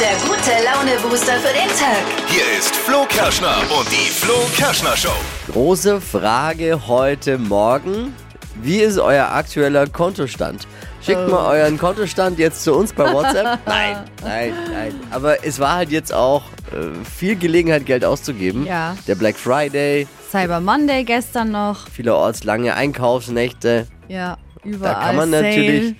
der gute Laune-Booster für den Tag. Hier ist Flo Kerschner und die Flo Kerschner Show. Große Frage heute Morgen. Wie ist euer aktueller Kontostand? Schickt Oh. mal euren Kontostand jetzt zu uns bei WhatsApp. nein, nein, nein. Aber es war halt jetzt auch äh, viel Gelegenheit, Geld auszugeben. Ja. Der Black Friday, Cyber Monday gestern noch. vielerorts lange Einkaufsnächte. Ja, überall. Da kann man Sale. natürlich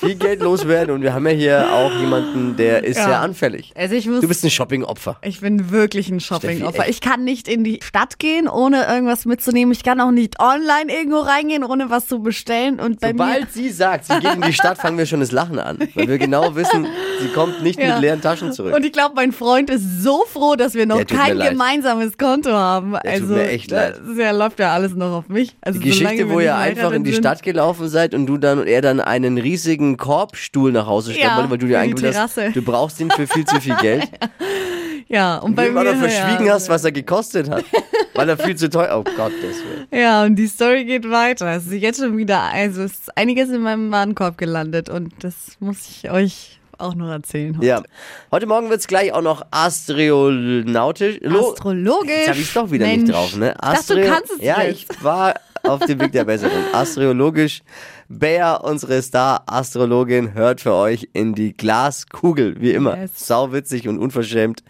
viel Geld loswerden. Und wir haben ja hier auch jemanden, der ist Ja. sehr anfällig. Also ich muss. Du bist ein Shopping-Opfer. ich bin wirklich ein Shopping-Opfer. echt. Ich kann nicht in die Stadt gehen, ohne irgendwas mitzunehmen. Ich kann auch nicht online irgendwo reingehen, ohne was zu bestellen. Und bei mir. Sobald sie sagt, sie geht in die Stadt, fangen wir schon das Lachen an. Weil wir genau wissen, sie kommt nicht Ja. mit leeren Taschen zurück. Und ich glaube, mein Freund ist so froh, dass wir noch Der tut mir kein leid. gemeinsames Konto haben. also, mir echt leid. Das, ja, läuft ja alles noch auf mich. Also, Die Geschichte, solange wo wir ihr nicht einfach in die verheiratet Stadt gelaufen seid und du dann und er dann einen riesigen Korbstuhl nach Hause stellen Ja, wollte, weil du dir für die eingebildet hast, Terrasse. du brauchst ihn für viel zu viel Geld. sind. Ja, und Und bei dem mir. aber verschwiegen ja. also hast, was er gekostet hat. Weil er viel zu teuer. Oh Gott, das will. Ja, und die Story geht weiter. Es ist jetzt schon wieder, also es ist einiges in meinem Warenkorb gelandet und das muss ich euch auch noch erzählen. Heute. Ja. Heute Morgen wird's gleich auch noch astronautisch. Lo- Astrologisch. Jetzt hab ich's doch wieder Mensch, nicht drauf, ne? Ich dachte, du kannst es ja, jetzt. ich war auf dem Weg der Besserung. Astrologisch. Bea, unsere Star-Astrologin, hört für euch in die Glaskugel, wie immer. Yes. Sauwitzig und unverschämt.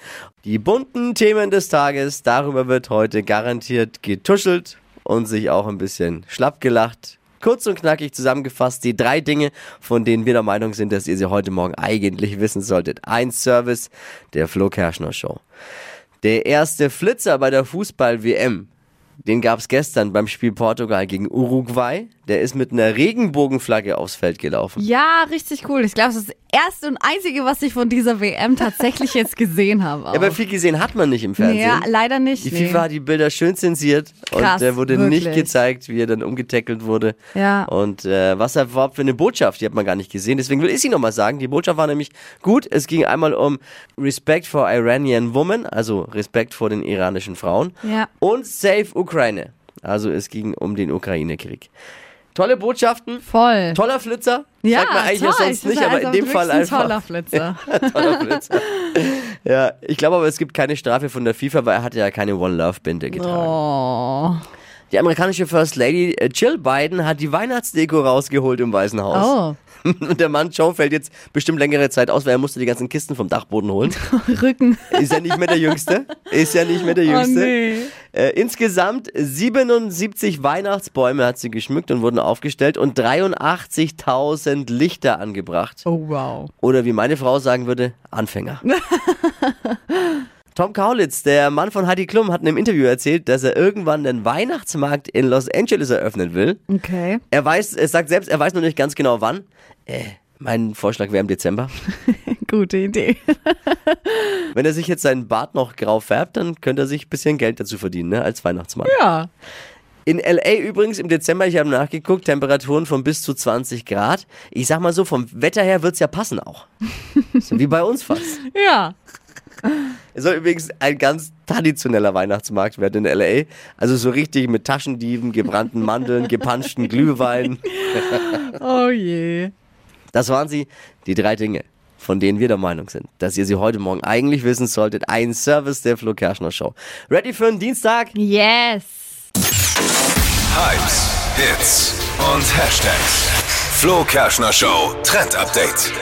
Die bunten Themen des Tages, darüber wird heute garantiert getuschelt und sich auch ein bisschen schlapp gelacht. Kurz und knackig zusammengefasst die drei Dinge, von denen wir der Meinung sind, dass ihr sie heute Morgen eigentlich wissen solltet. Ein Service der Flo Kerschner Show. Der erste Flitzer bei der Fußball-WM, den gab es gestern beim Spiel Portugal gegen Uruguay. Der ist mit einer Regenbogenflagge aufs Feld gelaufen. Ja, richtig cool. Ich glaube, das ist das erste und einzige, was ich von dieser WM tatsächlich jetzt gesehen habe. auch. Aber viel gesehen hat man nicht im Fernsehen. ja, leider nicht. Die nee. FIFA hat die Bilder schön zensiert und Krass, der wurde nicht wirklich. gezeigt, wie er dann umgetackelt wurde. Ja. Und äh, was er überhaupt für eine Botschaft, die hat man gar nicht gesehen. Deswegen will ich sie nochmal sagen. Die Botschaft war nämlich gut. Es ging einmal um Respect for Iranian Women, also Respekt vor den iranischen Frauen. Ja. Und Save Ukraine. Also es ging um den Ukraine-Krieg. Tolle Botschaften. Voll. Toller Flitzer. ja, Sagt man eigentlich ja toll. sonst Ich nicht, bin aber also in dem wirklich Fall ein einfach. Toller Flitzer. Toller Flitzer. ja, ich glaube aber, es gibt keine Strafe von der FIFA, weil er hatte ja keine One-Love-Binde getragen. Oh. Die amerikanische First Lady äh, Jill Biden hat die Weihnachtsdeko rausgeholt im Weißen Haus. oh. Und der Mann Joe fällt jetzt bestimmt längere Zeit aus, weil er musste die ganzen Kisten vom Dachboden holen. Oh, Rücken. Ist ja nicht mehr der Jüngste. Ist ja nicht mehr der Oh, Jüngste. nee. Äh, insgesamt 77 Weihnachtsbäume hat sie geschmückt und wurden aufgestellt und 83.000 Lichter angebracht. Oh, wow. Oder wie meine Frau sagen würde, Anfänger. Tom Kaulitz, der Mann von Heidi Klum, hat in einem Interview erzählt, dass er irgendwann einen Weihnachtsmarkt in Los Angeles eröffnen will. Okay. Er weiß, er sagt selbst, er weiß noch nicht ganz genau wann. Äh, mein Vorschlag wäre im Dezember. Gute Idee. Wenn er sich jetzt seinen Bart noch grau färbt, dann könnte er sich ein bisschen Geld dazu verdienen, ne, als Weihnachtsmann. Ja. In LA übrigens im Dezember, ich habe nachgeguckt, Temperaturen von bis zu 20 Grad. Ich sag mal so, vom Wetter her wird's ja passen auch. So wie bei uns fast. Ja. Es soll übrigens ein ganz traditioneller Weihnachtsmarkt werden in LA. Also so richtig mit Taschendieben, gebrannten Mandeln, gepanschten Glühwein. Oh je. Das waren sie, die drei Dinge, von denen wir der Meinung sind, dass ihr sie heute Morgen eigentlich wissen solltet. Ein Service der Flo Kerschner Show. Ready für einen Dienstag? Yes. Hypes, Hits und Hashtags. Flo Kerschner Show Trend Update.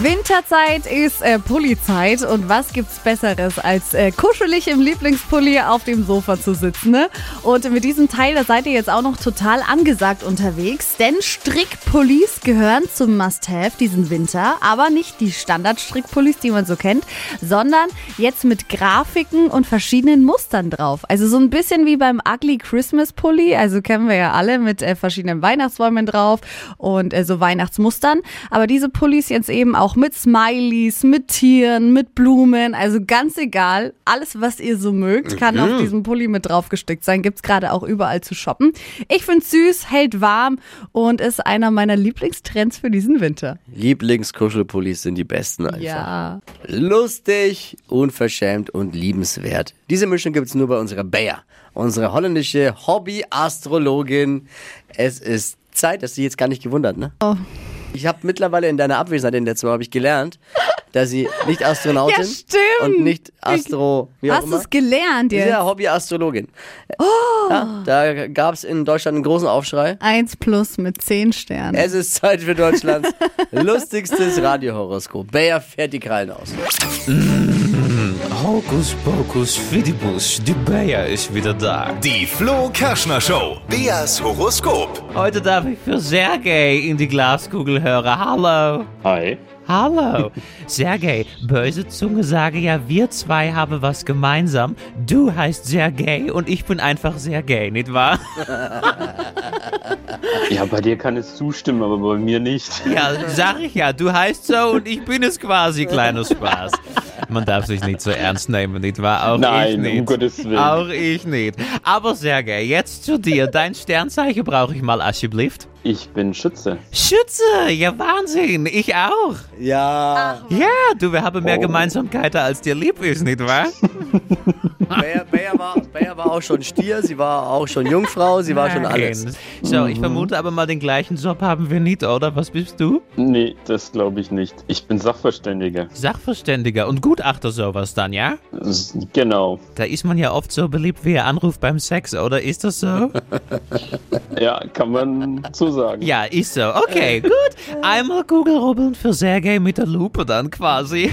Winterzeit ist äh, Pullizeit und was gibt's Besseres, als äh, kuschelig im Lieblingspulli auf dem Sofa zu sitzen. Ne? Und mit diesem Teil, da seid ihr jetzt auch noch total angesagt unterwegs, denn Strickpullis gehören zum Must-Have diesen Winter, aber nicht die Standard-Strickpullis, die man so kennt, sondern jetzt mit Grafiken und verschiedenen Mustern drauf. Also so ein bisschen wie beim Ugly Christmas Pulli, also kennen wir ja alle mit äh, verschiedenen Weihnachtsbäumen drauf und äh, so Weihnachtsmustern. Aber diese Pullis jetzt eben auch mit Smileys, mit Tieren, mit Blumen, also ganz egal. Alles, was ihr so mögt, kann Mhm. auf diesem Pulli mit draufgestickt sein. Gibt's gerade auch überall zu shoppen. Ich find's süß, hält warm und ist einer meiner Lieblingstrends für diesen Winter. Lieblingskuschelpullis sind die besten einfach. Ja. Lustig, unverschämt und liebenswert. Diese Mischung gibt's nur bei unserer Bayer, unsere holländische Hobby-Astrologin. Es ist Oh. Zeit, dass sie jetzt gar nicht gewundert, ne? Ich habe mittlerweile in deiner Abwesenheit in den letzten Wochen hab ich gelernt, dass sie nicht Astronautin Ja, stimmt. und nicht Astro. Wie auch Hast du immer. es gelernt Sie ist jetzt? Oh. ja Hobby-Astrologin. Ja, da gab es in Deutschland einen großen Aufschrei. Eins plus mit zehn Sternen. Es ist Zeit für Deutschlands lustigstes Radiohoroskop. Bayer fährt die Krallen aus. Hokus pokus fidibus, die Bayer ist wieder da. Die Flo Kerschner Show. Beas Horoskop. Heute darf ich für Sergei in die Glaskugel hören. Hallo. Hi. Hallo. Sergei, böse Zunge sage ja, wir zwei haben was gemeinsam. Du heißt Sergei und ich bin einfach Sergei, nicht wahr? Ja, bei dir kann es zustimmen, aber bei mir nicht. Ja, sag ich ja. Du heißt so und ich bin es quasi. Kleiner Spaß. Man darf sich nicht so ernst nehmen, nicht wahr? Auch ich Nein, nicht. um Gottes Willen. Auch ich nicht. Aber Sergei, jetzt zu dir. Dein Sternzeichen brauche ich mal, alsjeblieft. Ich bin Schütze. Schütze, ja Wahnsinn, ich auch. Ja, Ja, du, wir haben mehr Gemeinsamkeiten, als dir lieb ist, nicht wahr? Bayer, Bayer, war, Bayer war auch schon Stier, sie war auch schon Jungfrau, sie war schon alles. Nein. So, ich vermute aber mal, den gleichen Job haben wir nicht, oder? Was bist du? Nee, das glaube ich nicht. Ich bin Sachverständiger. Sachverständiger und Gutachter sowas dann, ja? S- Genau. Da ist man ja oft so beliebt wie ein Anruf beim Sex, oder? Ist das so? Ja, kann man so sagen. ja, ist so. Okay, gut. Einmal Kugelrubbeln für Sergei mit der Lupe dann quasi.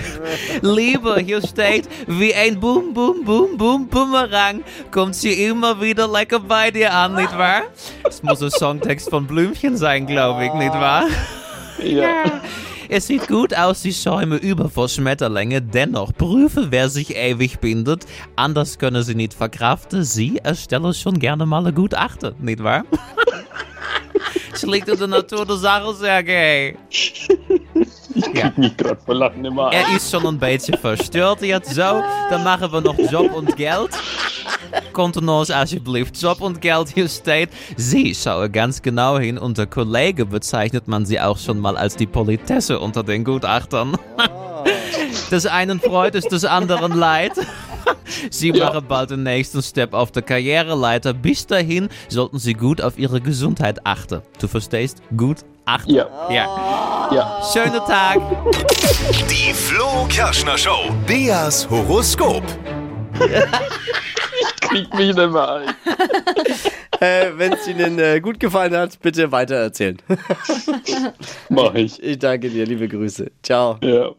Liebe, hier steht, wie ein Boom, Boom, Boom, Boom, Boomerang kommt sie immer wieder lecker bei dir an, nicht wahr? Das muss ein Songtext von Blümchen sein, glaube ich, nicht wahr? Ja. Es sieht gut aus, die Schäume über vor Schmetterlänge. Dennoch, prüfe, wer sich ewig bindet. Anders können sie nicht verkraften. Sie erstelle schon gerne mal ein Gutachten, nicht wahr? Es liegt in der Natur der Sache, Sergei. Ich mich gerade vor Lachen immer an. Er ist schon ein bisschen verstört jetzt. So, dann machen wir noch Job und Geld. Kontenance alsjeblieft. Job und Geld hier steht. Sie schaue ganz genau hin. Unter Kollege bezeichnet man sie auch schon mal als die Politesse unter den Gutachtern. Des einen freut es, des anderen leid. Sie machen bald den nächsten Step auf der Karriereleiter. Bis dahin sollten Sie gut auf Ihre Gesundheit achten. Du verstehst? Gut achten. Ja, ja. ja. Schönen Tag. Die Flo Kerschner Show. Beas Horoskop. Kriegt mich nicht mehr ein. Äh, Wenn es Ihnen äh, gut gefallen hat, bitte weitererzählen. Mach ich. Ich danke dir, liebe Grüße. Ciao. Ja.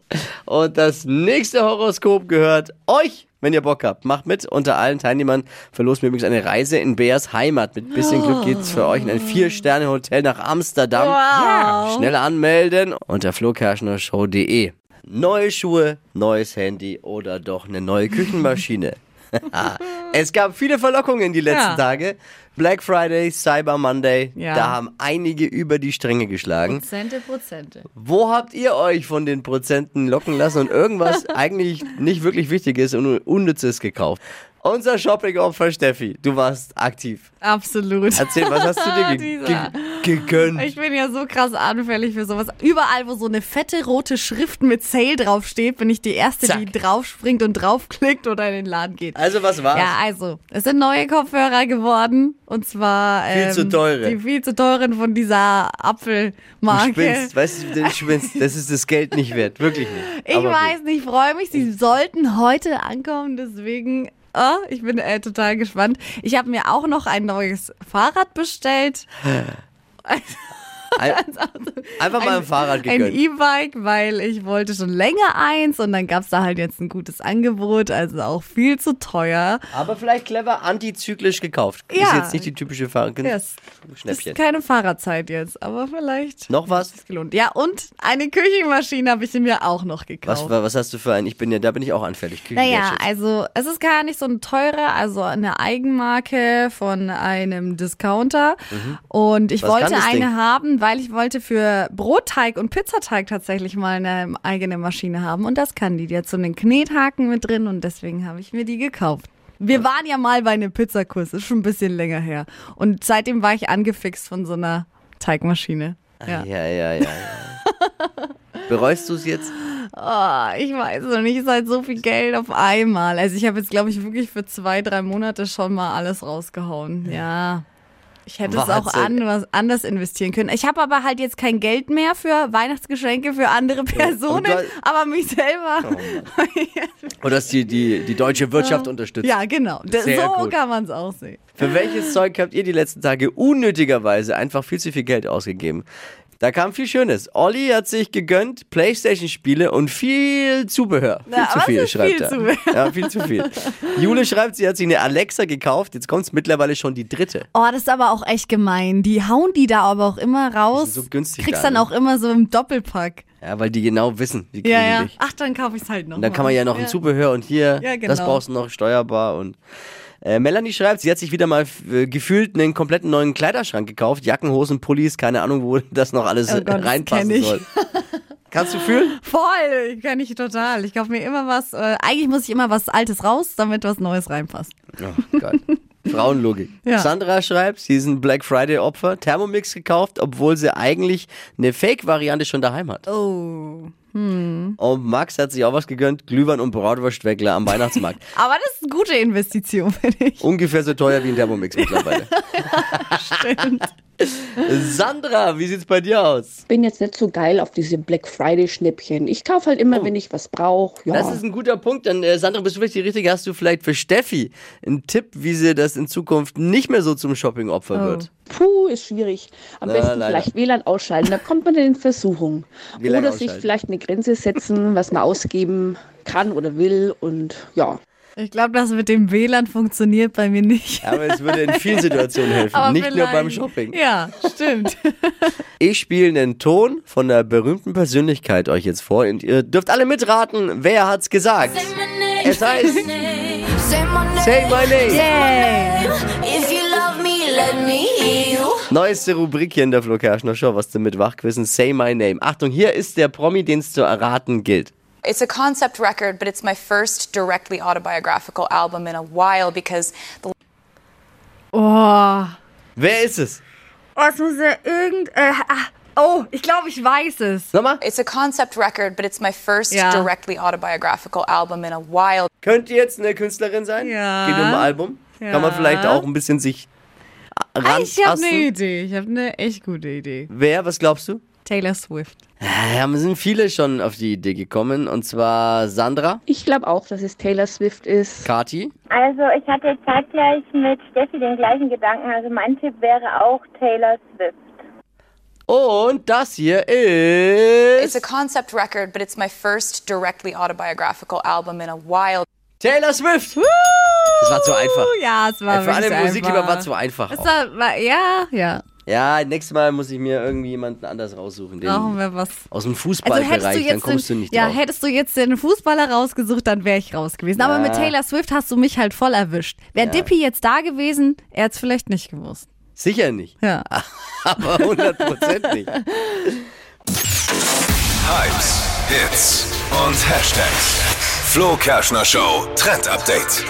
Und das nächste Horoskop gehört euch, wenn ihr Bock habt. Macht mit. Unter allen Teilnehmern verlosen wir übrigens eine Reise in Beas Heimat. Mit bisschen Oh. Glück geht's für euch in ein Vier-Sterne-Hotel nach Amsterdam. Wow. Schnell anmelden unter flokerschnershow.de. Neue Schuhe, neues Handy oder doch eine neue Küchenmaschine. es gab viele Verlockungen die letzten Ja. Tage. Black Friday, Cyber Monday, Ja. da haben einige über die Stränge geschlagen. Prozente, Prozente. Wo habt ihr euch von den Prozenten locken lassen und irgendwas eigentlich nicht wirklich Wichtiges und Unnützes gekauft? Unser Shopping-Opfer Steffi, du warst aktiv. Absolut. Erzähl, was hast du dir ge Dieser. ge gegönnt? Ich bin ja so krass anfällig für sowas. Überall, wo so eine fette rote Schrift mit Sale draufsteht, bin ich die Erste, Zack. die draufspringt und draufklickt oder in den Laden geht. Also, was war's? Ja, also, es sind neue Kopfhörer geworden. Und zwar. ähm, Viel zu teure. Die viel zu teuren von dieser du Apfelmarke. spinnst, weißt du, du spinnst. Das ist das Geld nicht wert, wirklich nicht. Ich Aber gut. weiß nicht, ich freue mich. Sie sollten heute ankommen, deswegen. ah, ich bin äh, total gespannt. Ich habe mir auch noch ein neues Fahrrad bestellt. Ein, einfach mal ein Fahrrad Ein gegönnt. E-Bike, weil ich wollte schon länger eins und dann gab es da halt jetzt ein gutes Angebot, also auch viel zu teuer. Aber vielleicht clever antizyklisch gekauft. Ist Ja. jetzt nicht die typische Fahrradkünste. Yes. Schnäppchen. Ist keine Fahrradzeit jetzt, aber vielleicht Noch was? ist gelohnt. Ja, und eine Küchenmaschine habe ich mir auch noch gekauft. Was, was hast du für einen? Ich bin ja, da bin ich auch anfällig. Naja, Küchenwertschätzung. also es ist gar nicht so eine teure, also eine Eigenmarke von einem Discounter. Und ich Mhm. Was kann wollte das eine Ding? haben, weil ich wollte für Brotteig und Pizzateig tatsächlich mal eine eigene Maschine haben. Und das kann die. Die hat so einen Knethaken mit drin und deswegen habe ich mir die gekauft. Wir waren ja mal bei einem Pizzakurs, ist schon ein bisschen länger her. Und seitdem war ich angefixt von so einer Teigmaschine. Ah, Ja. Ah, Ja, ja, ja. ja. Bereust du es jetzt? Ah, ich weiß noch nicht, es ist halt so viel Geld auf einmal. Also ich habe jetzt, glaube ich, wirklich für zwei, drei Monate schon mal alles rausgehauen. Ja. Ich hätte es auch Wahnsinn. an, was anders investieren können. Ich habe aber halt jetzt kein Geld mehr für Weihnachtsgeschenke für andere Personen, da- Oh aber mich selber. Und dass die, die, die deutsche Wirtschaft unterstützt. ja, genau. D- Sehr so gut. kann man es auch sehen. Für welches Zeug habt ihr die letzten Tage unnötigerweise einfach viel zu viel Geld ausgegeben? Da kam viel Schönes. Olli hat sich gegönnt Playstation-Spiele und viel Zubehör. Viel Na, zu was viel, ist schreibt viel er. Zubehör? Ja, viel zu viel. Jule schreibt, sie hat sich eine Alexa gekauft. Jetzt kommt es mittlerweile schon die dritte. Oh, das ist aber auch echt gemein. Die hauen die da aber auch immer raus. Die sind so günstig Kriegst da, dann ne? auch immer so im Doppelpack. Ja, weil die genau wissen, die kriegen Ja, ja. dich. Ach, dann kaufe ich es halt noch. Und dann kann man ja noch ein Zubehör und hier, Ja, genau. das brauchst du noch steuerbar und äh, Melanie schreibt, sie hat sich wieder mal f- äh, gefühlt einen kompletten neuen Kleiderschrank gekauft, Jacken, Hosen, Pullis, keine Ahnung, wo das noch alles äh, Oh Gott, das reinpassen kenn ich. soll. Kannst du fühlen? Voll, kann ich total. Ich kaufe mir immer was. Äh, eigentlich muss ich immer was Altes raus, damit was Neues reinpasst. Oh Gott. Frauenlogik. Ja. Sandra schreibt, sie ist ein Black Friday Opfer, Thermomix gekauft, obwohl sie eigentlich eine Fake-Variante schon daheim hat. Oh. Und Max hat sich auch was gegönnt, Glühwein und Bratwurstweckler am Weihnachtsmarkt. Aber das ist eine gute Investition, finde ich. Ungefähr so teuer wie ein Thermomix mittlerweile. Sandra, wie sieht's bei dir aus? bin jetzt nicht so geil auf diese Black Friday Schnäppchen. Ich kaufe halt immer, wenn ich was brauche. Ja. Oh. Das ist ein guter Punkt. Dann, äh, Sandra, bist du vielleicht die Richtige? Hast du vielleicht für Steffi einen Tipp, wie sie das in Zukunft nicht mehr so zum Shopping-Opfer wird? Oh. Puh, ist schwierig. Am Na, besten leider. vielleicht WLAN ausschalten, da kommt man in Versuchung. WLAN Oder sich ausschalten. vielleicht eine Grenze setzen, was man ausgeben kann oder will. Und ja, Ich glaube, das mit dem WLAN funktioniert bei mir nicht. Aber es würde in vielen Situationen helfen, Aber nicht nur vielleicht- beim Shopping. Ja, stimmt. Ich spiele einen Ton von der berühmten Persönlichkeit euch jetzt vor und ihr dürft alle mitraten, wer hat's gesagt. Es heißt Say my name. Say My Name. Yay. If you love me, let me hear you. Neueste Rubrik hier in der Flo Kerschner Show, was denn mit Wachquissen? Say My Name. Achtung, hier ist der Promi, den es zu erraten gilt. It's a concept record, but it's my first directly autobiographical album in a while because the Oh. Wer ist es? Oh, es muss ja irgend. Äh, ah. oh, ich glaube, ich weiß es. Nochmal? it's a concept record, but it's my first Yeah. directly autobiographical album in a while Könnt ihr jetzt eine Künstlerin sein? Ja. Geht um ein Album? Kann man Ja. vielleicht auch ein bisschen sich Ah, ich habe rantasten? eine Idee. Ich habe eine echt gute Idee. Wer, was glaubst du? Ah, Taylor Swift. Ja, mir sind viele schon auf die Idee gekommen. Und zwar Sandra, ich glaube auch, dass es Taylor Swift ist. Kati. Also ich hatte zeitgleich mit Steffi den gleichen Gedanken. Also mein Tipp wäre auch Taylor Swift. Und das hier It's a ist concept record, but it's my first directly autobiographical album in a while Taylor Swift. Das war zu einfach. Uh, Ja, es war Äh, Für alle wirklich Musiklieber einfach. war zu einfach. Es auch. war, war, ja, ja. Ja, nächstes Mal muss ich mir irgendwie jemanden anders raussuchen. Den Brauchen wir was. aus dem Also hättest du Fußballbereich, jetzt dann kommst den, du nicht ja, drauf. hättest du jetzt den Fußballer rausgesucht, dann wäre ich raus gewesen. Aber Ja. mit Taylor Swift hast du mich halt voll erwischt. Wäre Dippy jetzt da gewesen, er hätte es vielleicht nicht gewusst. Sicher nicht. Ja. Aber 100% nicht. Hypes, Hits und Hashtags. Flo Kerschner Show Trend Update.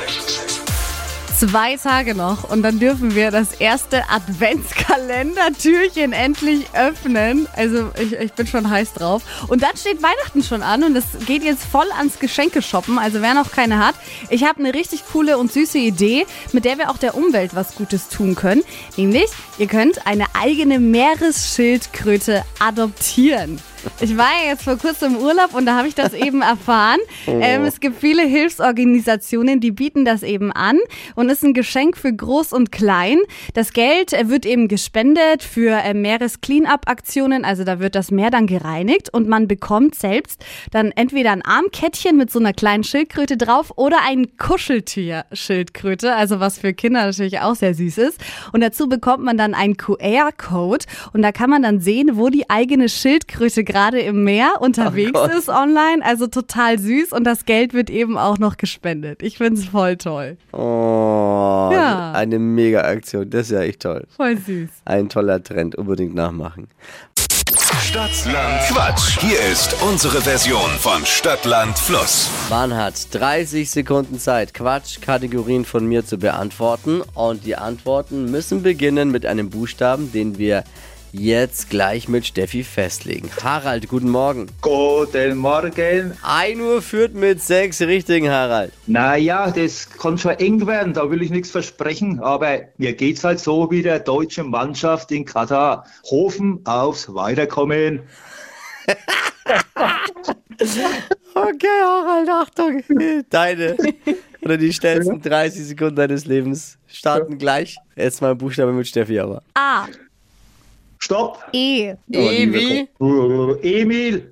Zwei Tage noch und dann dürfen wir das erste Adventskalender-Türchen endlich öffnen. Also ich, ich bin schon heiß drauf. Und dann steht Weihnachten schon an und es geht jetzt voll ans Geschenke-Shoppen. Also wer noch keine hat, ich habe eine richtig coole und süße Idee, mit der wir auch der Umwelt was Gutes tun können. Nämlich, ihr könnt eine eigene Meeresschildkröte adoptieren. Ich war ja jetzt vor kurzem im Urlaub und da habe ich das eben erfahren. Ähm, es gibt viele Hilfsorganisationen, die bieten das eben an und ist ein Geschenk für Groß und Klein. Das Geld äh, wird eben gespendet für äh, Meeres-Clean-Up-Aktionen, also da wird das Meer dann gereinigt und man bekommt selbst dann entweder ein Armkettchen mit so einer kleinen Schildkröte drauf oder ein Kuscheltier-Schildkröte, also was für Kinder natürlich auch sehr süß ist. Und dazu bekommt man dann einen QR-Code und da kann man dann sehen, wo die eigene Schildkröte gerade im Meer unterwegs Gott. ist online. Also total süß und das Geld wird eben auch noch gespendet. Ich finde es voll toll. Oh, Ja. eine Mega-Aktion. Das ist ja echt toll. Voll süß. Ein toller Trend. Unbedingt nachmachen. Stadtland Quatsch. Hier ist unsere Version von Stadtland Fluss. Man hat 30 Sekunden Zeit, Quatsch-Kategorien von mir zu beantworten. Und die Antworten müssen beginnen mit einem Buchstaben, den wir jetzt gleich mit Steffi festlegen. Harald, guten Morgen. Guten Morgen. 1 Uhr führt mit sechs richtigen, Harald. Naja, das kann schon eng werden, da will ich nichts versprechen, aber mir geht's halt so wie der deutschen Mannschaft in Katar. Hoffen aufs Weiterkommen. Okay, Harald, Achtung. Deine oder die schnellsten 30 Sekunden deines Lebens starten gleich. Jetzt mal ein Buchstabe mit Steffi, aber. A. Stopp! E. Ewi. Emil!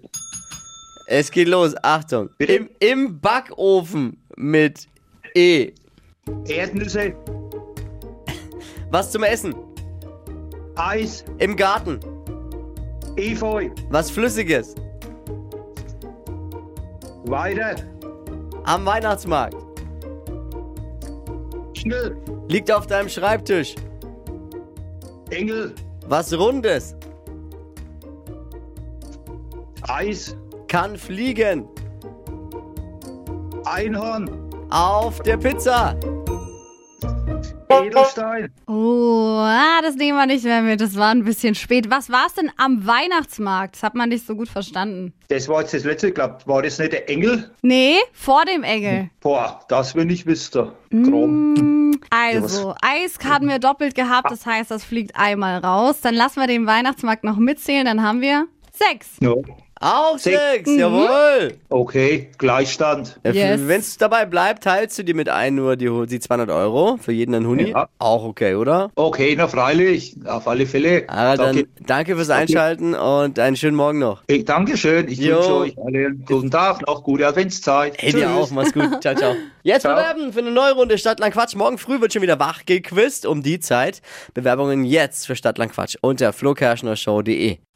Es geht los, Achtung. Bitte? Im, Im Backofen mit E. Erdnüsse, Was zum Essen? Eis, Im Garten. Efeu, Was Flüssiges. weiter, Am Weihnachtsmarkt. schnell, Liegt auf deinem Schreibtisch. Engel, Was Rundes. Eis, Kann fliegen. Einhorn, Auf der Pizza. Edelstein, Oh, ah, das nehmen wir nicht mehr mit. Das war ein bisschen spät. Was war es denn am Weihnachtsmarkt? Das hat man nicht so gut verstanden. Das war jetzt das letzte, glaub, war das nicht der Engel? Nee, vor dem Engel. Boah, das will ich wissen. Grom. Also, Eis hatten wir doppelt gehabt. Das heißt, das fliegt einmal raus. Dann lassen wir den Weihnachtsmarkt noch mitzählen. Dann haben wir sechs. Ja. Auch sechs. Jawohl. Okay, Gleichstand. Äh, Yes. Wenn es dabei bleibt, teilst du dir mit ein nur die, die 200 Euro für jeden ein Huni. Ja. Auch okay, oder? Okay, na freilich, auf alle Fälle. Harald, Danke. Ah, dann danke fürs Einschalten und einen schönen Morgen noch. Ich danke schön. Ich Jo. wünsche euch alle einen guten Tag, noch gute Adventszeit. Hey, dir auch. Mach's gut. Ciao, ciao. Jetzt Ciao. bewerben für eine neue Runde Stadtland Quatsch. Morgen früh wird schon wieder wach gequist um die Zeit. Bewerbungen jetzt für Stadtland Quatsch unter flokerschnershow.de.